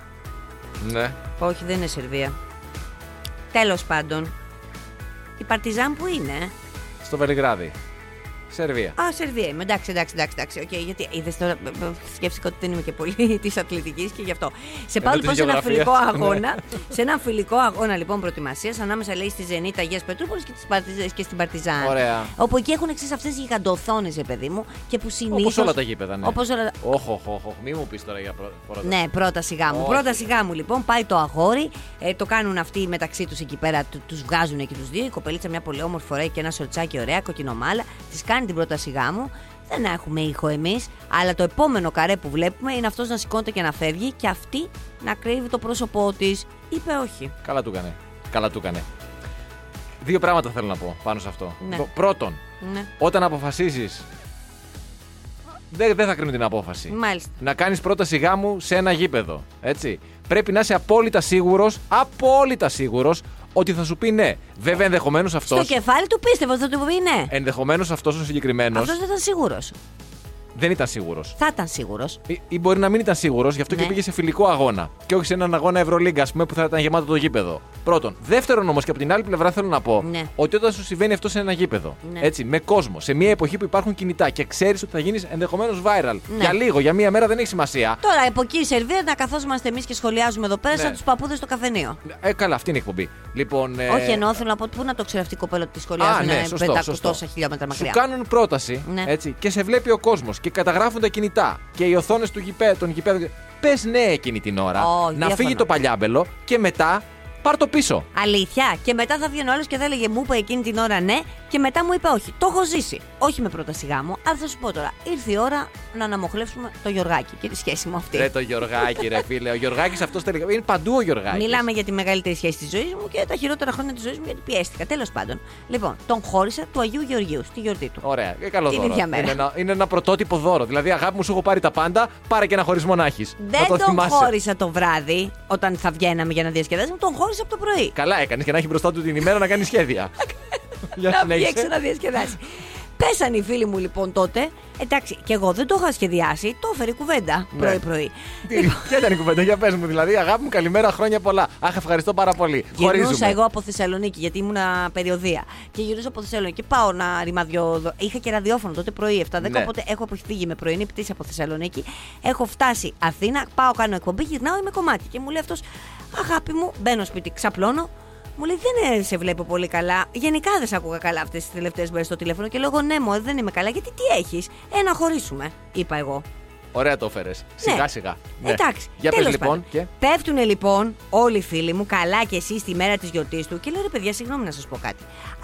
D: Ναι.
C: Όχι, δεν είναι Σερβία. Τέλος πάντων. Η Παρτιζάν που είναι. ε?
D: Στο Βελιγράδι. Σερβία.
C: Α, Σερβία είμαι. Εντάξει, εντάξει, εντάξει. εντάξει. Οκ, γιατί είδες τώρα. μ, μ, Σκέφτηκα ότι δεν είμαι και πολύ [laughs] της αθλητικής και γι' αυτό. Σε πάω
D: της
C: λοιπόν σε ένα
D: γεωγραφίας.
C: φιλικό αγώνα. σε ένα φιλικό αγώνα λοιπόν προετοιμασίας ανάμεσα λέει στη Ζενίτα Αγίας Πετρούπολης και, της Παρτιζ- και στην Παρτιζάν.
D: Ωραία.
C: Όπου εκεί έχουν εξής αυτές οι γιγαντοθόνες, ρε παιδί μου, και που συνήθω.
D: Όπω όλα τα γήπεδα. Ναι.
C: Όπως όλα τα-
D: Όχι, όχι, όχι. Μη μου πεις τώρα για πρώτα. πρώτα.
C: ναι, πρώτα σιγά μου.
D: Όχι.
C: Πρώτα σιγά μου λοιπόν πάει το αγόρι. Ε, το κάνουν αυτοί μεταξύ τους εκεί πέρα. Τους βγάζουν και τους δύο. Η κοπελίτσα μια πολύ όμορφη φοράει και ένα σορτσάκι ωραία, κοκκινομάλα. Τη κάνει την πρώτα σιγά μου. Δεν έχουμε ήχο εμείς. Αλλά το επόμενο καρέ που βλέπουμε είναι αυτός να σηκώνεται και να φεύγει και αυτή να κρύβει το πρόσωπό της. Είπε όχι.
D: Καλά του έκανε. Καλά του έκανε. Δύο πράγματα θέλω να πω πάνω σε αυτό.
C: Ναι.
D: Το- Πρώτον,
C: Ναι.
D: όταν αποφασίζεις. Δεν, δεν θα κρίνω την απόφαση.
C: Μάλιστα.
D: Να κάνεις πρώτα σιγά μου σε ένα γήπεδο. Έτσι. Πρέπει να είσαι απόλυτα σίγουρος, απόλυτα σίγουρος ότι θα σου πει ναι. Βέβαια, ενδεχομένως αυτό.
C: Στο κεφάλι του πίστευε, θα του πει ναι.
D: Ενδεχομένως αυτός ο συγκεκριμένος
C: Αυτός δεν ήταν σίγουρος.
D: δεν ήταν σίγουρος.
C: Θα ήταν σίγουρος.
D: Ή, ή μπορεί να μην ήταν σίγουρος, γι' αυτό
C: Ναι.
D: και πήγε σε φιλικό αγώνα. Και όχι σε έναν αγώνα Ευρωλίγκα, ας πούμε, που θα ήταν γεμάτο το γήπεδο. Πρώτον. Δεύτερον, όμως, και από την άλλη πλευρά θέλω να πω
C: Ναι.
D: ότι όταν σου συμβαίνει αυτό σε ένα γήπεδο,
C: Ναι.
D: έτσι, με κόσμο, σε μια εποχή που υπάρχουν κινητά και ξέρεις ότι θα γίνεις ενδεχομένως viral
C: Ναι.
D: για λίγο, για μία μέρα δεν έχει σημασία.
C: Τώρα από εκεί η Σερβία να καθόμαστε εμείς και σχολιάζουμε εδώ πέρα
D: Ναι.
C: σαν τους παππούδες στο καφενείο.
D: Ε, καλά, αυτή είναι η εκπομπή. Λοιπόν, ε,
C: Όχι, εννοώ θέλω να πω πού να το ξέρει αυτή η κοπέλα που τη σχολιάζει να είναι 500 τόσα χιλιόμετρα
D: ναι, Σου
C: μακριά.
D: κάνουν πρόταση
C: Ναι.
D: έτσι, και σε βλέπει ο κόσμος και καταγράφουν τα κινητά και οι οθόνες γηπέ, των γηπέδων. Πες ναι εκείνη την ώρα,
C: Ω,
D: να
C: διαφωνώ.
D: φύγει το παλιάμπελο και μετά πάρ το πίσω.
C: Αλήθεια. Και μετά θα βγαίνει ο άλλος και θα έλεγε μου είπε εκείνη την ώρα ναι και μετά μου είπε όχι. Το έχω ζήσει. Όχι με πρώτα σιγά μου, αλλά θα σου πω τώρα. Ήρθε η ώρα να αναμοχλεύσουμε το Γιωργάκι και τη σχέση μου αυτή.
D: Ρε το Γιωργάκη, ρε φίλε. Ο Γιωργάκης αυτός τελικά. Είναι παντού ο Γιωργάκης.
C: Μιλάμε για τη μεγαλύτερη σχέση της ζωής μου και τα χειρότερα χρόνια της ζωής μου γιατί πιέστηκα. Τέλος πάντων. Λοιπόν, τον χώρισα του Αγίου Γεωργίου στη γιορτή του.
D: Ωραία, ε, καλό
C: Την
D: δώρο.
C: ίδια μέρα.
D: Είναι, ένα, είναι ένα πρωτότυπο δώρο. Δηλαδή, αγάπη μου, σου έχω πάρει τα πάντα, πάρε και ένα χωρισμό να έχει.
C: Δεν τον χώρισα το βράδυ όταν θα βγαίναμε για να διασκεδάσουμε, τον χώρισα από το πρωί. [laughs]
D: Καλά έκανες και να έχει μπροστά του την ε. ημέρα να κάνει σχέδια. Για
C: να βγει
D: συνέχισε.
C: έξω να διασκεδάσει. Πέσανε οι φίλοι μου λοιπόν τότε. Εντάξει, και εγώ δεν το είχα σχεδιάσει. Το έφερε η κουβέντα
D: Ναι.
C: πρωί-πρωί.
D: Τι- Ποια ήταν η κουβέντα, για πες μου δηλαδή. Αγάπη μου, καλημέρα, χρόνια πολλά. Αχ, ευχαριστώ πάρα πολύ.
C: Γυρνούσα
D: Χωρίζουμε.
C: εγώ από Θεσσαλονίκη, γιατί ήμουνα περιοδία. Και γυρνούσα από Θεσσαλονίκη. Και πάω να ρημαδιώ. δο- Είχα και ραδιόφωνο τότε πρωί 7-10,
D: Ναι.
C: οπότε έχω αποφύγει με πρωινή πτήση από Θεσσαλονίκη. Έχω φτάσει Αθήνα, πάω κάνω εκπομπή, γυρνάω είμαι κομμάτι. Και μου λέει αυτός, αγάπη μου, μπαίνω σπίτι, ξαπλώνω. Μου λέει δεν ε, σε βλέπω πολύ καλά. Γενικά δεν σε άκουγα καλά αυτές τις τελευταίες μέρες στο τηλέφωνο. Και λέγω ναι, μου δεν είμαι καλά. Γιατί τι έχεις, Ε, να χωρίσουμε, είπα εγώ.
D: Ωραία το έφερες. Σιγά σιγά. Ναι.
C: Εντάξει.
D: Για πες
C: τέλος
D: λοιπόν.
C: πάντων.
D: Και...
C: Πέφτουν λοιπόν όλοι οι φίλοι μου καλά και εσεί τη μέρα της γιορτής του και λέω ρε παιδιά, συγγνώμη να σας πω κάτι.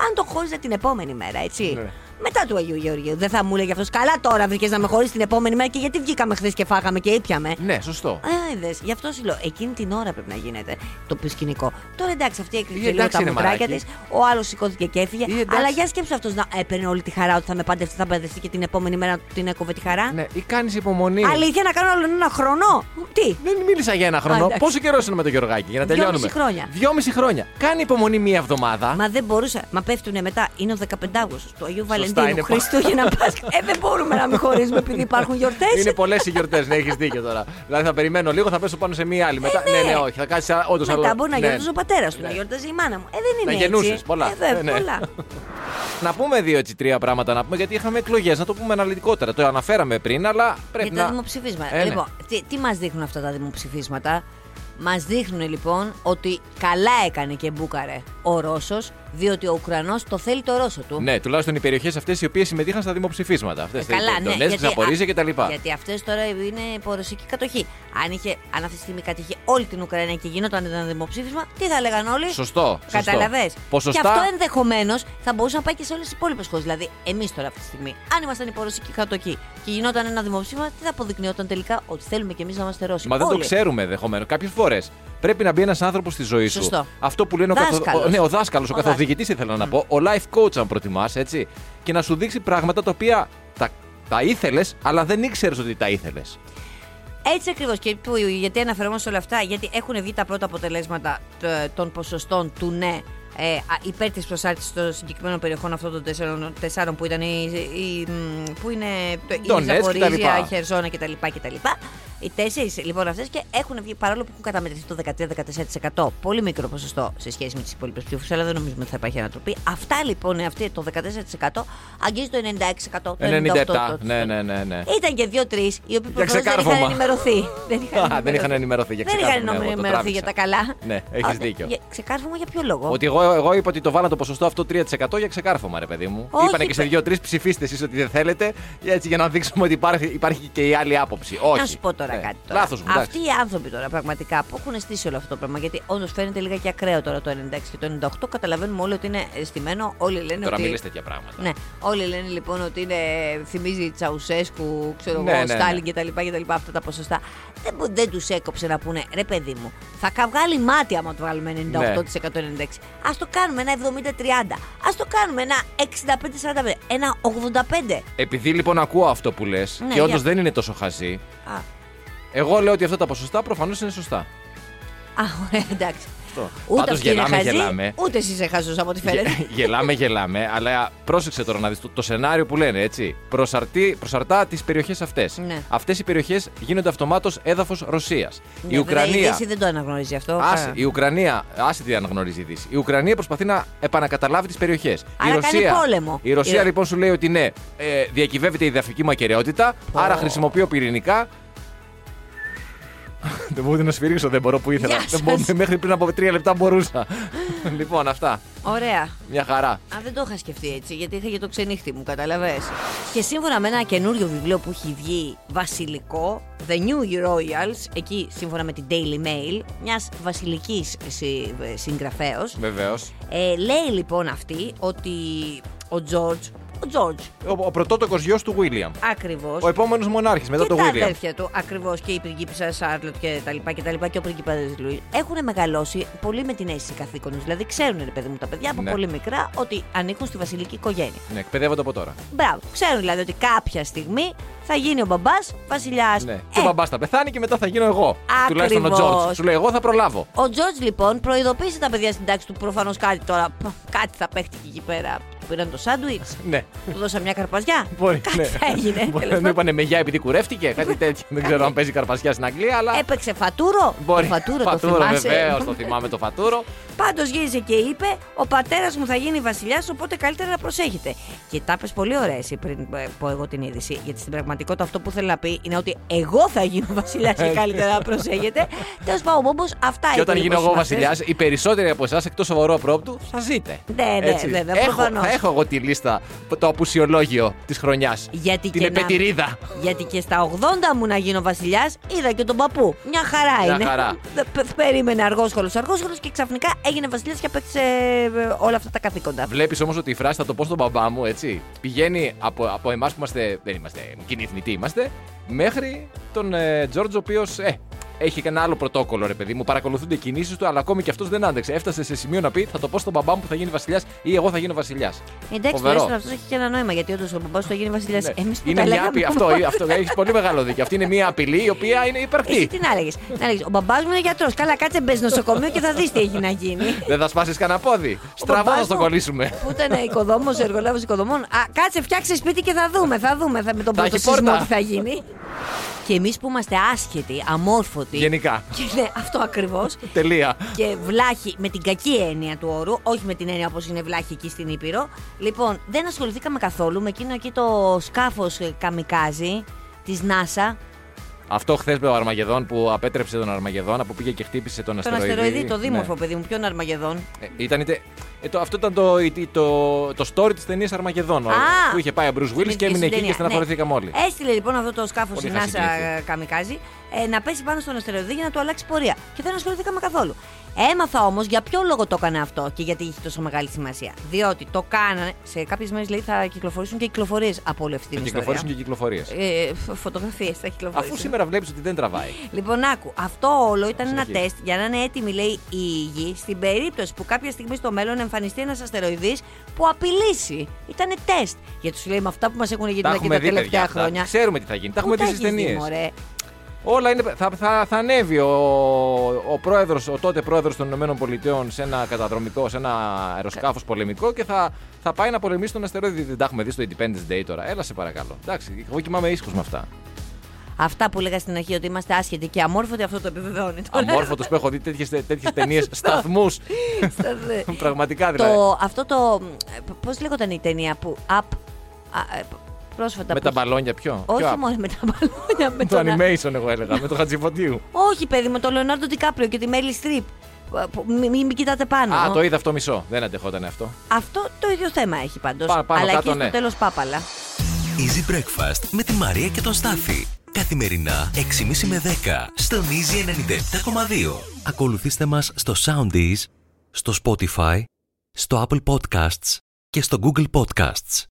C: Αν το χώριζα την επόμενη μέρα, έτσι.
D: Ναι.
C: Μετά του Αγίου Γεωργίου, δεν θα μου έλεγε αυτός. Καλά τώρα βρήκες να με χωρίσεις την επόμενη μέρα και γιατί βγήκαμε χθες και φάγαμε και ήπιαμε.
D: Ναι, σωστό.
C: Άιδες, γι' αυτό σου λέω, εκείνη την ώρα πρέπει να γίνεται το πι- σκηνικό. Τώρα εντάξει, αυτή
D: Ή
C: έκρυψε λίγο
D: Ε, εντάξει
C: τα
D: είναι,
C: μουτράκια τη,
D: μαλάκι.
C: ο άλλος σηκώθηκε και έφυγε.
D: Ή εντάξει.
C: Αλλά για σκέψου αυτός να έπαιρνε όλη τη χαρά ότι θα με πάντευσε, θα μπερδευτεί και την επόμενη μέρα του την έκοβε τη χαρά.
D: Ναι, ή κάνεις υπομονή.
C: Αλήθεια να κάνω άλλο ένα χρόνο. Τι.
D: Δεν μίλησα για ένα χρόνο.
C: εντάξει.
D: Πόσο καιρός είναι με τον Γεωργάκη για να
C: Δυόμιση
D: τελειώνουμε.
C: χρόνια.
D: Δυόμιση χρόνια. Κάνει υπομονή μία εβδομάδα.
C: Μα δεν μπορούσα. Μα πέφτουνε μετά. Είναι ο 15 Αύγουστο του Αγίου
D: είναι
C: Βαλεντίνου.
D: πο-
C: Χριστούγεννα Πάσχα. Ε, δεν μπορούμε να μην χωρίζουμε επειδή υπάρχουν γιορτές.
D: Είναι πολλές οι γιορτές, ναι, έχεις δίκιο τώρα. Δηλαδή θα περιμένω λίγο, θα πέσω πάνω σε μία άλλη. Μετά,
C: Ε, ναι.
D: ναι, όχι, θα κάτσεις όντως
C: Μετά μπορεί
D: ναι.
C: να γιορτάζει ο πατέρας του, να γιορτάζει η μάνα μου. Ε, δεν είναι
D: Να
C: έτσι.
D: γεννούσες πολλά.
C: Ε, βέβαια,
D: Ε, ναι.
C: πολλά.
D: Να πούμε δύο έτσι τρία πράγματα να πούμε, γιατί είχαμε εκλογές, να το πούμε αναλυτικότερα. Το αναφέραμε πριν, αλλά πρέπει
C: Για τα
D: να.
C: δημοψηφίσματα.
D: Ε, ναι.
C: Λοιπόν, τι, τι μας δείχνουν αυτά τα δημοψηφίσματα. Μας δείχνουν λοιπόν ότι καλά έκανε και μπούκαρε ο Ρώσος, διότι ο Ουκρανός το θέλει το Ρώσο του.
D: Ναι, τουλάχιστον οι περιοχές αυτές οι οποίες συμμετείχαν στα δημοψηφίσματα. Αυτές
C: Ε, καλά, ναι.
D: Ντονέτσκ, Ζαπορίζια
C: α,
D: κτλ.
C: Γιατί αυτές τώρα είναι υπό ρωσική κατοχή. Αν, είχε, αν αυτή τη στιγμή κατήχε όλη την Ουκρανία και γινόταν ένα δημοψήφισμα, τι θα λέγαν όλοι.
D: Σωστό. σωστό.
C: Καταλαβέ.
D: Ποσοστά.
C: Και αυτό ενδεχομένως θα μπορούσε να πάει και σε όλες τις υπόλοιπες χώρες. Δηλαδή, εμείς τώρα αυτή τη στιγμή, αν ήμασταν υπό ρωσική κατοχή και γινόταν ένα δημοψήφισμα, τι θα αποδεικνυόταν τελικά ότι θέλουμε κι εμείς να είμαστε Ρώσοι.
D: Μα δεν το
C: Όλοι.
D: ξέρουμε ενδεχομένως. Κάποιες φορές πρέπει να μπει ένας άνθρωπος στη ζωή σου.
C: Σωστό.
D: Αυτό που λένε ο, καθο...
C: Δάσκαλος.
D: ο, ναι, ο δάσκαλος, ο,
C: Ο
D: καθοδηγητής ήθελα να πω, ο life coach, αν προτιμάς, έτσι. Και να σου δείξει πράγματα τα οποία τα, τα ήθελες, αλλά δεν ήξερες ότι τα ήθελες.
C: Έτσι ακριβώς. Και που- γιατί αναφερόμαστε σε όλα αυτά, γιατί έχουν βγει τα πρώτα αποτελέσματα ε, των ποσοστών του ναι ε, α, υπέρ της προσάρτησης των συγκεκριμένων περιοχών αυτών των τεσσάρων, τεσσάρων που ήταν η, η- μ, που είναι το- η
D: Ντονέτσκ και τα λοιπά.
C: Ζαπορίζια, η Χερσόνα κτλ. κτλ. Οι τέσσερις λοιπόν αυτές και έχουν βγει παρόλο που έχουν καταμετρηθεί το 13-14%. Πολύ μικρό ποσοστό σε σχέση με τις υπόλοιπες ψήφους, αλλά δεν νομίζουμε ότι θα υπάρχει ανατροπή. Αυτά λοιπόν, αυτή το 14% αγγίζει το 96%. Το
D: 97.
C: 98%.
D: Ναι, ναι, ναι. ναι.
C: Ήταν και δύο-τρει οι οποίοι
D: Για
C: προφανώς δεν είχαν
D: ξεκάρφωμα.
C: ενημερωθεί.
D: [laughs] Α, δεν είχαν ενημερωθεί για
C: Ε, Δεν είχαν
D: ξεκάρφωμα, εγώ το
C: ενημερωθεί
D: τράβηξα.
C: για τα καλά.
D: Ναι, έχεις
C: Α,
D: δίκιο.
C: για- Ξεκάρφωμα για ποιο λόγο.
D: Ότι εγώ, εγώ είπα ότι το βάλα το ποσοστό αυτό 3% για ξεκάρφωμα, ρε παιδί μου.
C: Όχι,
D: Είπανε και σε
C: παι-
D: δύο-τρει ψηφίστε εσείς ότι δεν θέλετε, έτσι για να δείξουμε ότι υπάρχει, υπάρχει και η άλλη άποψη. Όχι.
C: Να σου πω τώρα
D: Ναι.
C: κάτι. Τώρα.
D: Λάθος μου,
C: Αυτοί
D: εντάξει.
C: οι άνθρωποι τώρα πραγματικά που έχουν στήσει όλο αυτό το πράγμα, γιατί όντως φαίνεται λίγα και ακραίο τώρα το 96 και το 98, καταλαβαίνουμε όλοι ότι είναι αισθημένο, όλοι λένε
D: Τώρα
C: ότι.
D: μην λες τέτοια πράγματα.
C: Ναι, όλοι λένε λοιπόν ότι είναι, θυμίζει Τσαουσέσκου, ξέρω
D: Ναι,
C: εγώ,
D: ναι, ναι.
C: Στάλιν κτλ. κτλ. Αυτά τα ποσοστά. Δεν, μπο- δεν τους έκοψε να πούνε ρε παιδί μου, θα καυγάλει μάτι άμα το βάλουμε
D: Ναι.
C: 98% 96. Ας το κάνουμε ένα 70-30. Ας το κάνουμε ένα 65-45. Ένα 85.
D: Επειδή λοιπόν ακούω αυτό που λες
C: Ναι,
D: και όντως
C: για.
D: δεν είναι τόσο χαζή,
C: Α,
D: εγώ λέω ότι αυτά τα ποσοστά προφανώς είναι σωστά.
C: α, ωραία, εντάξει.
D: Αυτό.
C: Ούτε
D: Πάντως
C: αυτή είναι
D: γελάμε,
C: χαζή,
D: γελάμε.
C: ούτε εσύ είσαι χαζός από ό,τι φαίνεται.
D: Γε- γελάμε, γελάμε, αλλά πρόσεξε τώρα να δεις το, το σενάριο που λένε, έτσι. Προσαρτεί, προσαρτά τις περιοχές αυτές.
C: Ναι.
D: Αυτές οι περιοχές γίνονται αυτομάτως έδαφος
C: Ναι,
D: Ρωσίας. η
C: βέβαια, Η
D: Ουκρανία.
C: Δύση δεν το αναγνωρίζει αυτό.
D: Άσε,
C: Α.
D: η Ουκρανία, άσε τι αναγνωρίζει η Δύση. Η Ουκρανία προσπαθεί να επανακαταλάβει τις περιοχές. Η
C: Άρα κάνει
D: Ρωσία,
C: πόλεμο.
D: Η Ρωσία
C: Η-
D: λοιπόν σου λέει ότι ναι, ε, διακυβεύεται η δαφική μου ακαιρεότητα,
C: Πω.
D: άρα χρησιμοποιώ πυρηνικά. δεν μπορούσα να σφυρίξω, δεν μπορώ που ήθελα.
C: Γεια
D: Δεν μπορώ-
C: σας.
D: μέχρι πριν από τρία λεπτά μπορούσα. [laughs] λοιπόν, αυτά.
C: Ωραία.
D: Μια χαρά.
C: Α, δεν το είχα σκεφτεί έτσι, γιατί είχα για το ξενύχτη μου, καταλαβες. Και σύμφωνα με ένα καινούριο βιβλίο που έχει βγει βασιλικό, The New Royals, εκεί σύμφωνα με την Daily Mail, μιας βασιλικής συ- ε, συγγραφέως,
D: Βεβαίως.
C: ε, λέει λοιπόν αυτή ότι ο Τζόρτζ, ο Τζόρτζ
D: Ο, ο πρωτότοκος γιος του Βίλιαμ.
C: ακριβώς,
D: Ο επόμενος μονάρχης μετά
C: και
D: τον
C: τα
D: Βίλιαμ.
C: αδέρφια του, ακριβώς και η πριγκίπισσα Σάρλοτ και τα λοιπά και τα λοιπά και ο πριγκίπας Λουί, έχουν μεγαλώσει πολύ με την αίσθηση καθήκοντος. Δηλαδή ξέρουν, ρε παιδί μου, τα παιδιά από
D: Ναι.
C: πολύ μικρά ότι ανήκουν στη βασιλική οικογένεια.
D: Ναι, εκπαιδεύονται από τώρα.
C: Μπράβο. Ξέρουν δηλαδή ότι κάποια στιγμή θα γίνει ο μπαμπάς βασιλιάς.
D: Ναι. Και ο μπαμπάς θα πεθάνει και μετά θα γίνω εγώ. Τουλάχιστον ο
C: Ε. Ακριβώς.
D: Τζόρτζ. Σου λέει, εγώ θα προλάβω.
C: Ο Τζορτζ λοιπόν προειδοποίησε τα παιδιά στην τάξη του προφανώς κάτι τώρα. π, Κάτι θα παίχτηκε εκεί πέρα. πήραν το σάντουιτ.
D: Ναι.
C: Του δώσαν μια καρπαζιά.
D: Μπορεί,
C: Κάτι
D: ναι.
C: θα έγινε.
D: Μπορεί ναι. να
C: τέλος
D: του
C: πάντων.
D: είπανε μεγιά επειδή κουρεύτηκε, κάτι τέτοιο. Δεν ξέρω αν παίζει καρπασιά στην Αγγλία, αλλά.
C: Έπαιξε φατούρο.
D: Μπορεί.
C: Το Ε, φατούρο,
D: φατούρο
C: το θυμάσαι.
D: βεβαίως, το θυμάμαι το φατούρο.
C: Πάντως γύρισε και είπε: Ο πατέρας μου θα γίνει βασιλιάς, οπότε καλύτερα να προσέχετε. Και τα πες πολύ ωραία εσύ πριν ε, πω εγώ την είδηση. Γιατί στην πραγματικότητα αυτό που θέλω να πει είναι ότι εγώ θα γίνω βασιλιάς και καλύτερα
D: [laughs]
C: να προσέχετε. Τέλος πάντων, όμω αυτά
D: Ε, Και όταν
C: είπε,
D: γίνω
C: λοιπόν,
D: εγώ
C: συμμαχές.
D: βασιλιά, οι περισσότεροι από εσάς εκτός σοβαρού απρόπτου θα ζείτε.
C: Ναι, ναι,
D: Έτσι.
C: βέβαια,
D: έχω,
C: προφανώς.
D: έχω εγώ τη λίστα, το απουσιολόγιο της χρονιάς.
C: Γιατί
D: την
C: και να-
D: επετηρίδα.
C: Γιατί και στα 80 μου να γίνω βασιλιάς, είδα και τον παππού. Μια χαρά
D: Μια
C: είναι.
D: χαρά.
C: Δε- πε- Περίμενε αργόσχολος, αργόσχολος και ξαφνικά έγινε βασιλιάς και απέκτησε ε, όλα αυτά τα καθήκοντα.
D: Βλέπεις όμως ότι η φράση θα το πω στον μπαμπά μου, έτσι. Πηγαίνει από, από εμάς που είμαστε. Δεν είμαστε κοινοί θνητοί, είμαστε. Μέχρι τον ε, Τζόρτζ, ο οποίος. Ε, έχει και ένα άλλο πρωτόκολλο, ρε παιδί μου. Παρακολουθούνται οι κινήσεις του, αλλά ακόμη και αυτός δεν άντεξε. Έφτασε σε σημείο να πει: Θα το πω στον μπαμπά μου που θα γίνει βασιλιάς ή εγώ θα γίνω βασιλιάς.
C: Εντάξει, τουλάχιστον αυτός έχει και ένα νόημα γιατί όντως ο παππού θα γίνει βασιλιάς.
D: Ναι.
C: Εμείς που
D: είναι
C: τα
D: μια
C: λέγαμε.
D: απειλή. Αυτό, ε, αυτό έχει πολύ μεγάλο δίκιο. Αυτή είναι μια απειλή η οποία είναι
C: [laughs] Εσύ
D: υπαρκτή.
C: τι να έλεγες. Να έλεγες, Ο μπαμπάς μου είναι γιατρός. Καλά, κάτσε μπες νοσοκομείο και θα δεις τι έχει να γίνει.
D: [laughs] Δεν θα σπάσεις κανένα πόδι. Στραβό
C: μπαμπάς
D: θα το
C: μου-
D: κολλήσουμε.
C: Που ήταν οικοδόμος, εργολάβος οικοδομών. Α, κάτσε, φτιάξε σπίτι και θα δούμε. Θα δούμε θα, με τον
D: Θα έχει
C: πρώτο σεισμό
D: πόρτα.
C: τι θα γίνει. Και εμείς που είμαστε άσχετοι, αμόρφωτοι.
D: Γενικά.
C: Και ναι, αυτό ακριβώς.
D: Τελεία.
C: και βλάχοι με την κακή έννοια του όρου, όχι με την έννοια όπως είναι βλάχοι εκεί στην Ήπειρο. Λοιπόν, δεν ασχοληθήκαμε καθόλου με εκείνο εκεί το σκάφος καμικάζι της NASA.
D: Αυτό χθες με ο Αρμαγεδόν που απέτρεψε τον Αρμαγεδόν, που πήγε και χτύπησε τον
C: Τον
D: αστεροειδή.
C: αστεροειδή, το δίμορφο
D: Ναι.
C: παιδί μου, ποιον Αρμαγεδόν.
D: Ε, ήταν, είτε- ε, το, αυτό ήταν το, η- το, το story της ταινίας Αρμαγεδόν. ο-
C: Α! Ναι,
D: που είχε πάει ο Bruce Willis και έμεινε εκεί και στεναχωρηθήκαμε όλοι.
C: Έστειλε λοιπόν αυτό το σκάφος
D: Πολύ
C: στην NASA
D: χασική ήρθε.
C: Καμικάζι ε, να πέσει πάνω στον αστεροειδή για να του αλλάξει πορεία. Και δεν ασχοληθήκαμε καθόλου. Έμαθα όμως για ποιο λόγο το έκανε αυτό και γιατί είχε τόσο μεγάλη σημασία. Διότι το κάνανε. Σε κάποιες μέρες λέει θα κυκλοφορήσουν και κυκλοφορίες από όλη αυτή
D: Θα
C: την
D: κυκλοφορήσουν και
C: ιστορία.
D: κυκλοφορίες.
C: Ε, φω- φωτογραφίες θα κυκλοφορήσουν.
D: Αφού σήμερα βλέπεις ότι δεν τραβάει.
C: Λοιπόν, άκου, αυτό όλο ήταν ένα
D: Συνεχίζει.
C: τεστ για να είναι έτοιμη, λέει, η γη στην περίπτωση που κάποια στιγμή στο μέλλον εμφανιστεί ένας αστεροειδής που απειλήσει. Ήταν τεστ. Γιατί σου λέει με αυτά που μας έχουν γίνει
D: Τα
C: εκεί τα
D: έχουμε δει, παιδιά.
C: τελευταία
D: αυτά.
C: χρόνια.
D: Ξέρουμε τι θα γίνει. Τα
C: Πού
D: έχουμε δει στις
C: έχεις δει,
D: ταινίες.
C: μωρέ?
D: Όλα είναι. Θα, θα, θα ανέβει ο, ο, πρόεδρος, ο τότε πρόεδρος των Ηνωμένων Πολιτειών σε ένα καταδρομικό, σε ένα αεροσκάφος πολεμικό και θα, θα πάει να πολεμήσει τον αστερόιδη. Δεν τα έχουμε δει στο Independence Day τώρα. Έλα σε παρακαλώ. Εντάξει, εγώ κοιμάμαι ήσυχος με αυτά.
C: Αυτά που λέγα στην αρχή ότι είμαστε άσχετοι και αμόρφωτοι, αυτό το επιβεβαιώνει. τώρα. [laughs]
D: Αμόρφωτος που έχω δει τέτοιες ταινίε, σταθμού.
C: Στα δε.
D: Πραγματικά δηλαδή.
C: Ε, το, αυτό το. Πώς λέγονταν η ταινία που. Up. α, ε, Πρόσφατα.
D: Με
C: που-
D: τα μπαλόνια πιο.
C: Όχι μόνο με τα μπαλόνια. Με
D: Το
C: τον-
D: animation, εγώ έλεγα, με το Χατζηφωτίου.
C: Όχι, παιδί, με τον Λεωνάρντο Τικάπριο και τη Μέλη Στριπ. Μην μη, μη κοιτάτε πάνω.
D: Α, το είδα αυτό μισό. Δεν αντεχόταν αυτό.
C: Αυτό το ίδιο θέμα έχει πάντως.
D: Πά- πάνω
C: Αλλά
D: κάτω,
C: εκεί
D: ναι.
C: στο τέλος πάπαλα.
B: Easy Breakfast με τη Μαρία και τον Στάφη. Καθημερινά 6.30 με 10 στον Easy 97.2. Ακολουθήστε μας στο Soundees, στο Spotify, στο Apple Podcasts και στο Google Podcasts.